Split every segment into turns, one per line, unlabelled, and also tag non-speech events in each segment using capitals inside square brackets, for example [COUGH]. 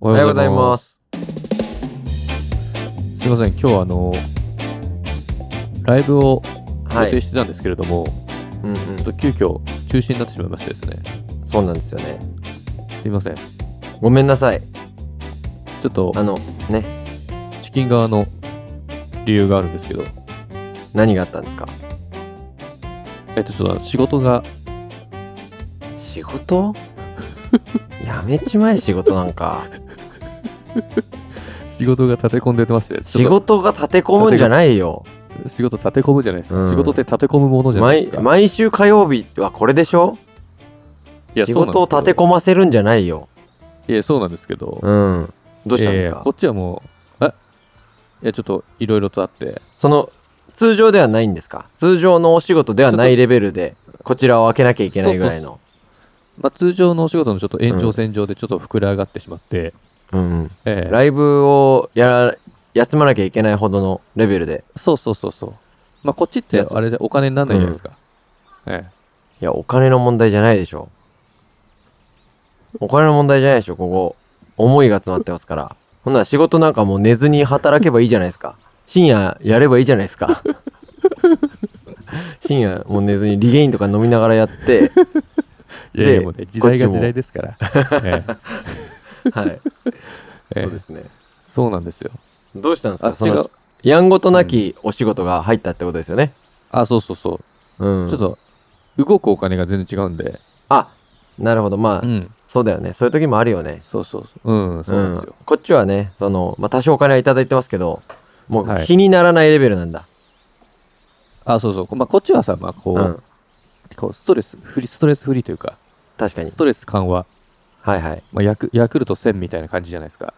お。
おはようございますす。
すいません、今日はあの、ライブを
は
予定
い。
してたんですけれども、
うんうん。
ちょっと急遽中止になってしまいましてですね、
そうなんですよね。
すいません、ち
ごめんなさい。
ょっと
あの、ね、
チキン側の理由があるんですけど、
何があったんですか
えっと、ちょっと仕事が、
仕事 [LAUGHS] やめちまえ、仕事なんか。
仕事が立て込んでてまして、ち
仕
ょっ
事が立て込むんじゃないよ。
と仕事立て込むじゃないですか、
うん
仕事って立て込むものじゃないで
毎
すか。
毎週火曜日はこれでしょ
いや
仕事を立て
む。
込ませるんじゃないよ。
いや、そうなんですけど、
うん。どうしたんです
え
か
ー、こっちはもう、えいや、ちょっといろいろとあって、
その、通常ではないんですか通常のお仕事ではないレベルで、こちらを開けなきゃいけないぐらいの。
まあ、通常のお仕事のちょっと延長線上でちょっと膨れ上がってしまって、
うんうん。
ええ
ライブをやら、休まなきゃいけないほどのレベルで。
そうそうそうそう。まあ、こっちって
いやそう
あれじゃお金にならないじゃないですか。え
いや、お金の問題じゃないでしょ。お金の問題じゃないでしょ、ここ。思いが詰まってますから。ほんなら仕事なんかもう寝ずに働けばいいじゃないですか。深夜やればいいじゃないですか。 [LAUGHS] 深夜もう寝ずにリゲインとか飲みながらやって、
えいやいや
で
もうね、時代
こっち
が
も
時代ですから。ええ
は
え
い。
え
そうですね。
そうなんですよ。
どうしたんですか
あ
そ
違う
の、やんごとなきお仕事が入ったってことですよね。
あ、そうそうそう。
うん。
ちょっと、動くお金が全然違うんで、
あ、なるほど。まあ、
うん、
そうだよね。そういう時もあるよね。
そうそうそう。うん、そうなんですよ。
うんこっちはね、その、まあ、多少お金はいただいてますけど、もう
はい
気にならないレベルなんだ。
あ、そうそう。まあ、こっちはさ、まあ、こう、
うん。
こうストレスフリ、ストレスフリーというか、
確かに
ス。トレス緩和、
はいはい。
まあ、ヤクヤクルト1000みたいな感じじゃないですか。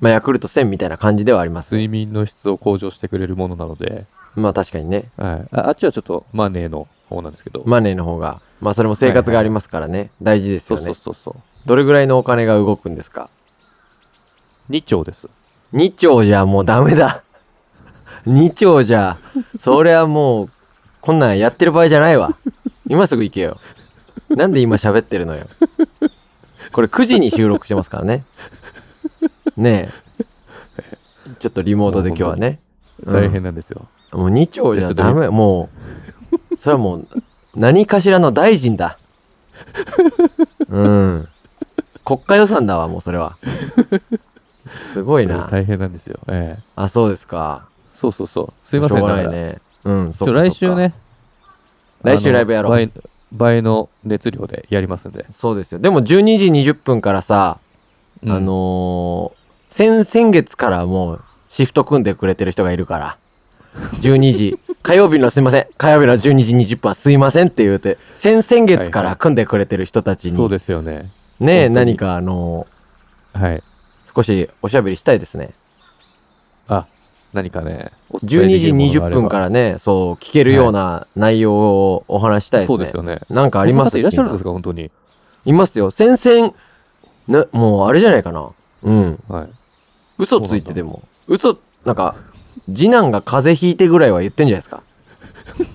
まあ、ヤクルト1000みたいな感じではあります。
睡眠の質を向上してくれるものなので、
まあ、確かにね。
はい、ああっちはちょっとマネーの方なんですけど、
マネーの方が、まあ、それも生活がありますからね。大事です
そ
よ
う
ね
そうそうそう
どれぐらいのお金が動くんですか
2兆です
?2 兆じゃもうダメだ。2兆じゃ、それはもう、こんなんやってる場合じゃないわ。今すぐ行けよ。なんで今喋ってるのよ。これ9時に収録してますからね。ねえ。ちょっとリモートで今日はね。うん
大変なんですよ、
もう2兆じゃダメ。もう、それはもう、何かしらの大臣だ。うん。国家予算だわ、もうそれは。すごい
それ
な。
大変なんですよ、ええ
あ、そうですか。
そうそうそうすいません
しょうが
だ
ない
から
ね。うん、
ち
そ
ょ
う
来週。ね
そっか来週
あの
ライブやろう
倍倍の熱量でやりますんで、
そうですよ。でも12時20分からさ、
うん
あのー先、先月からもうシフト組んでくれてる人がいるから。12時。 [LAUGHS] 火曜日のすいません。火曜日の12時20分はすいませんって言うて、先々月から組んでくれてる人たちに、
そうですよね
ねえ、
本当に
何かあの
はい
ー少しおしゃべりしたいですね。
あ何かねお伝え
12
でき
時
るものが
20
あれば
分からね、そう、聞けるような内容をお話したいですね。
そうですよね
なんかあります
そんな方いらっしゃるんです
か
か本当に
いますよ。先々、な、もうあれじゃないかな。うん。
はい
嘘ついてでも。嘘、なんか、次男が風邪ひいてぐらいは言ってんじゃないで
[LAUGHS]
すか。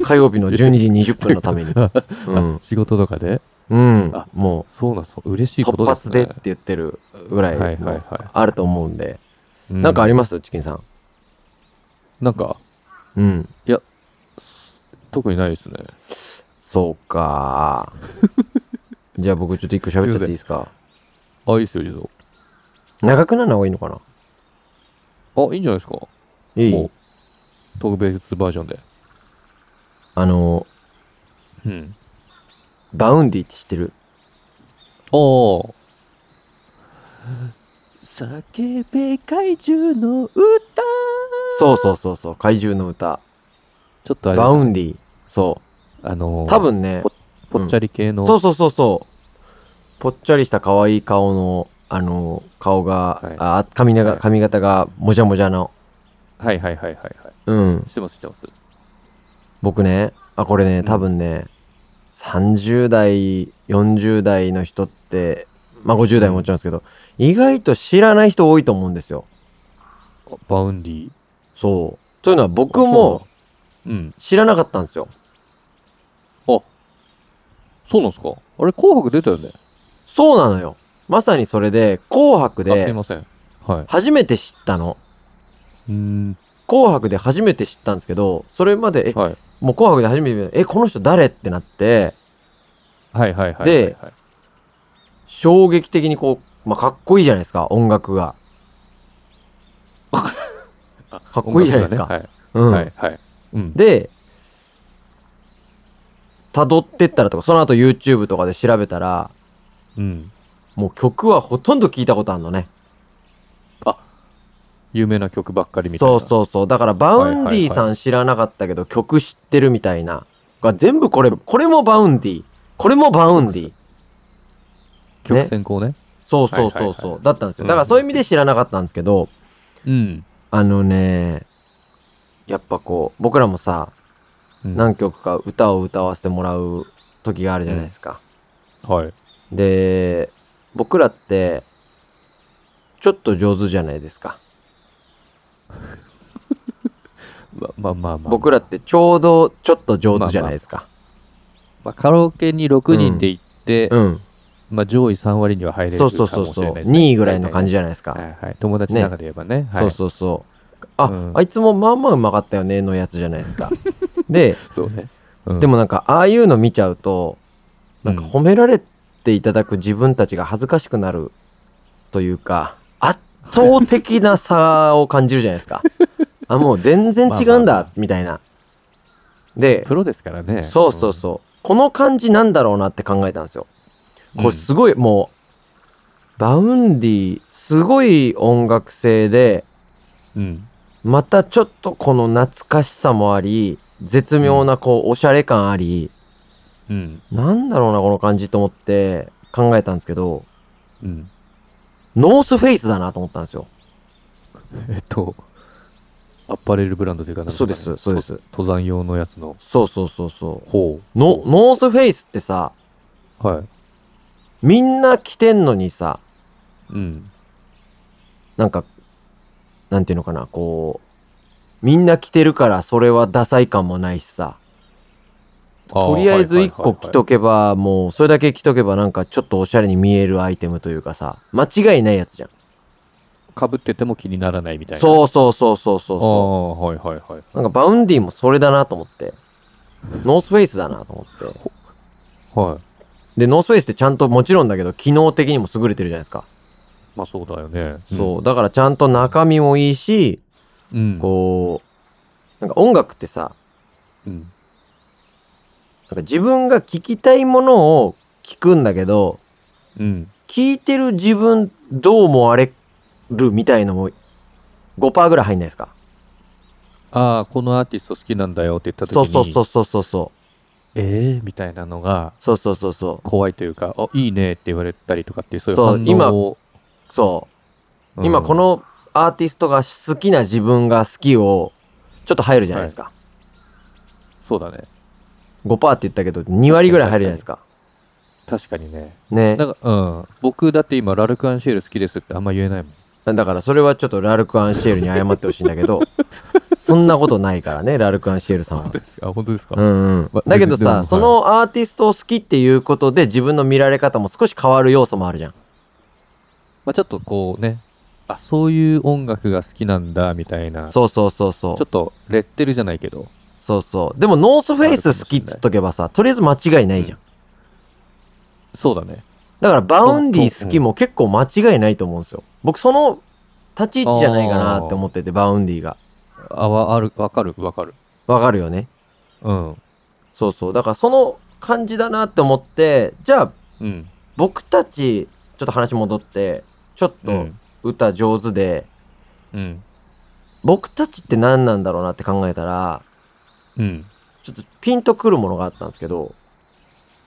火曜日の12時20分のために。う
あ
ん。
仕事とかで
うん
あ。
も
そうなんそう嬉し
う、
いこ
突
とです
発
ね
でって言ってるぐら
はいいはいは
あると思うんで。
い、う
なんかありますチキンさん。
なんか
うん。
特にないですね
そう
[LAUGHS]
か。じゃあ僕ちょっと一個喋っちゃっていいですか。
あいいですよ児童
長くならない方がいいのかな
あいいんじゃないですか
い
も
いう
特別バージョンで。
あの、
うん。
バウンディって知ってる
おお。叫べ怪獣の歌。
そうそうそうそう、怪獣の歌。
ちょっとあれ
バ
です
ウンディ。そ
あの
う。
ー、
多分ね、
ぽっちゃり系の。
そうそうそうそう。ぽっちゃりした可愛い顔の、あの、顔が、
はい
あ髪が、
はい
髪型がもじゃもじゃの。
はいはいはいはいは
うん
い。。してますしてます。
僕ね、あ、これね、多分ね、30代、40代の人って、まあ50代ももちろんですけど、意外と知らない人多いと思うんですよ。
あバウンディ。
そう。というのは僕
あそ
も。
うなんだうん。
知らなかったんですよ。
あ。そうなんですか。あれ紅白出たよね。
そうなのよ。まさにそれで、紅白
あすい
で
ません。はい。
初めて知ったの。
うーん。
紅白で初めて知ったんですけど、それまで、え、
はい。
もう紅白で初めて見た、え、この人誰ってなって、
はいはいはい。
で
はいはい、
衝撃的にこう、まあ、かっこいいじゃないですか、音
[LAUGHS]
楽が。かっこいいじゃないですか。
音楽がね
う
はい
ん。
はいはい。うん。
で、辿ってったらとか、その後 YouTube とかで調べたら、
うん。
もう曲はほとんど聞いたことあるのね。
有名な曲ばっかりみたい
そう
な。う。
そうそう。だから、バウンデ
はい
ィ
はい
さん知らなかったけど、曲知ってるみたいな。が全部これ、これもバウンディ。これもバウンディ。
曲選考ね。
そうそうそ
はい
うそう、
はいはい
だったんですよ。
うん
だからそういう意味で知らなかったんですけど、
うん。
あのね、やっぱこう、僕らもさ、
うん
何曲か歌を歌わせてもらう時があるじゃないですか。
はい。
で、僕らって、ちょっと上手じゃないですか。
ままあまあまあ。
僕らってちょうどちょっと上手じゃないですか。
まあ、カラオケに6人で行って、
うん。
まあ、上位3割には入れる
そうそうそうそう。
2
2位ぐらいの感じじゃないですか。
はいはい、友達の中で言えばね。はい、
そうそうそう。あ、
うん
あいつもまあまあうまかったよねのやつじゃないで
[LAUGHS]
すか。で、
そうね。うん
でもなんかああいうの見ちゃうと、なんか
うん
褒められていただく自分たちが恥ずかしくなるというか、圧倒的な差を感じるじゃないで
[LAUGHS]
すか。あ、もう全然違う
まあ
ん
まあ
だ
まあ、
みたいな。で、
プロですからね。
そうそうそう。この感じなんだろうなって考えたんですよ。
うん
これすごい、もう、バウンディ、すごい音楽性で、
うん。うん。
またちょっとこの懐かしさもあり、絶妙なこう、おしゃれ感あり、
うん。
なんだろうな、この感じと思って考えたんですけど、
うん。
ノースフェイスだなと思ったんですよ。
えっと、アパレルブランドというかなんかね
そうですそうです
と登山用のやつの
そうそうそうそ
方。
う。の、ノースフェイスってさ、
はい。
みんな着てんのにさ、
うん。
なんか、なんていうのかな、こう、みんな着てるからそれはダサい感もないしさ、とりあえず一個着と
く。
けば、もうそれだけ着とけばなんかちょっとおしゃれに見えるアイテムというかさ、間違いないやつじゃん。
かぶってても気にならないみたいな。う
そうそうそうそうそう
あ
そ
あ、はいはいはい。
う。なんかバウンディもそれだなと思って、ノースフェイスだなと思って。
はい。
で、ノースフェイスってちゃんともちろんだけど、機能的にも優れてるじゃないですか。
まあそうだよね。
そう。だからちゃんと中身もいいし、
うん。うん。
こう、なんか音楽ってさ、
うん。
なんか自分が聞きたいものを聞くんだけど、
うん。
聞いてる自分どう思われるみたいのも5%ぐらい入んないですか。
ああ、このアーティスト好きなんだよって言った時
そう
に。
そうそうそうそうそう。
ええみたいなのが
そうそうそうそう。
怖いというか、あ、いいねって言われたりとかっていう、そういう
そう今
反応を。
そうう。
ん
今こ、のアーティストが好きな自分が好きをちょっと入るじゃないですか。
そうだね。
5%って言ったけど2割ぐらい入るじゃないですか。
確かにね。
ね。
だから、うん。僕だって今、ラルク・アンシエル好きですってあんま言えないもん。
だからそれはちょっとラルク・アンシエルに謝ってほしいんだけど、 [LAUGHS] そんなことないからね、ラルク・アンシエルさんは。
ですか [LAUGHS] あ、本当ですか
うんうん
ま、
だけど
でもは
さ、
い
そのアーティストを好きっていうことで自分の見られ方も少し変わる要素もあるじゃん。
まあ、ちょっとこうね、あ、そういう音楽が好きなんだ、みたいな。
そうそうそうそ
ちょ
う
っ。と、レッテルじゃないけど。
そうそう。でもノースフェイス好きっつっとけばさ、とりあえず間違いないじゃん。
そうだね。
だからバウンディ好きも結構間違いないと思うんですよ。僕その立ち位置じゃないかなって思ってて、バウンディが。
あ、わ、ある、わかる、わかる。
わかるよね。
うん。
そうそう。だからその感じだなって思って、じゃあ
うん。
僕たち、ちょっと話戻って、ちょっ
う
と
ん。
歌上手で、
うん。
僕たちって何なんだろうなって考えたら、
うん。
ちょっとピンとくるものがあったんですけど、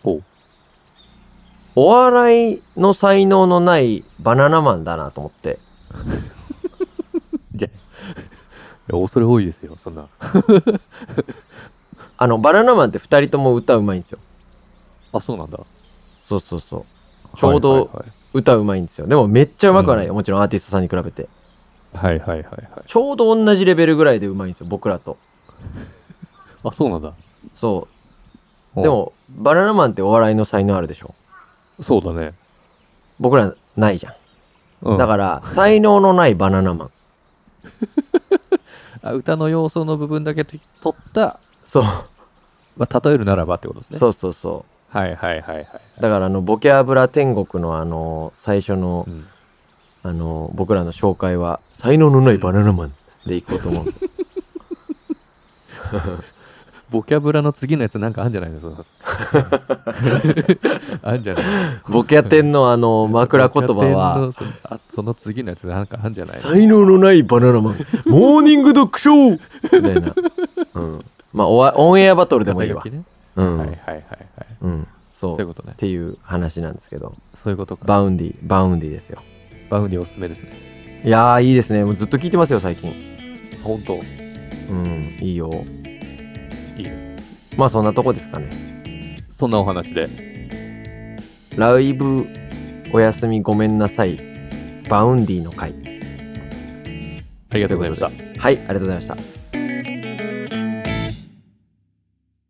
ほう。
お笑いの才能のないバナナマンだなと思って。
[LAUGHS] いや、恐れ多いですよ、そんな。
あの、バナナマンって二人とも歌うまいんですよ。
あ、そうなんだ。
そうそうそう。ちょうど
はい
歌うまいんですよ。でもめっちゃうまくはないよ。
う
もちろんアーティストさんに比べて。
はいはいはいはいはいはい。
ちょうど同じレベルぐらいでうまいんですよ、僕らと。
あ、そうなんだ。
そ
うん
う。で、も、バナナマンってお笑いの才能あるでしょ。
そうだね。
僕らないじゃん。
うん、
だから、才能のないバナナマン。
あ歌の要素の部分だけと取った、
そう、
まあ、例えるならばってことですね。
そうそうそ
はいはいはいはい。
う。だから、あの、ボキャブラ天国のあの、最初の
う、ん、
あの、僕らの紹介は、才能のないバナナマンで行こうと思うんです
[LAUGHS]
よ。
ボキャブラの次のやつなんかあんじゃないのそ [LAUGHS] のあんじゃない
ボキャ天のあの、枕言葉は、
ボキャ天のそのあその次のやつなんかあんじゃない
才能のないバナナマン、モーニングドッグショーみたいな。うん。まあ、おわオンエアバトルでもいいわ
肩。書きね
う
はいはい
ん。
はいはい。
うん。そ。
そうういう
っ
ことね。
ていう話なんですけど、
そういうことか。
バウンディ、バウンディですよ。
バウンディおすすめですね。
いやー、いいですね。もうずっと聞いてますよ、最近。
本当い
うん、いいよ。
いね
まあ、そんなとこですかね。
そんなお話で。
ライブ、おやすみごめんなさい。バウンディの回。
ありがとうございました。
はい、ありがとうございました。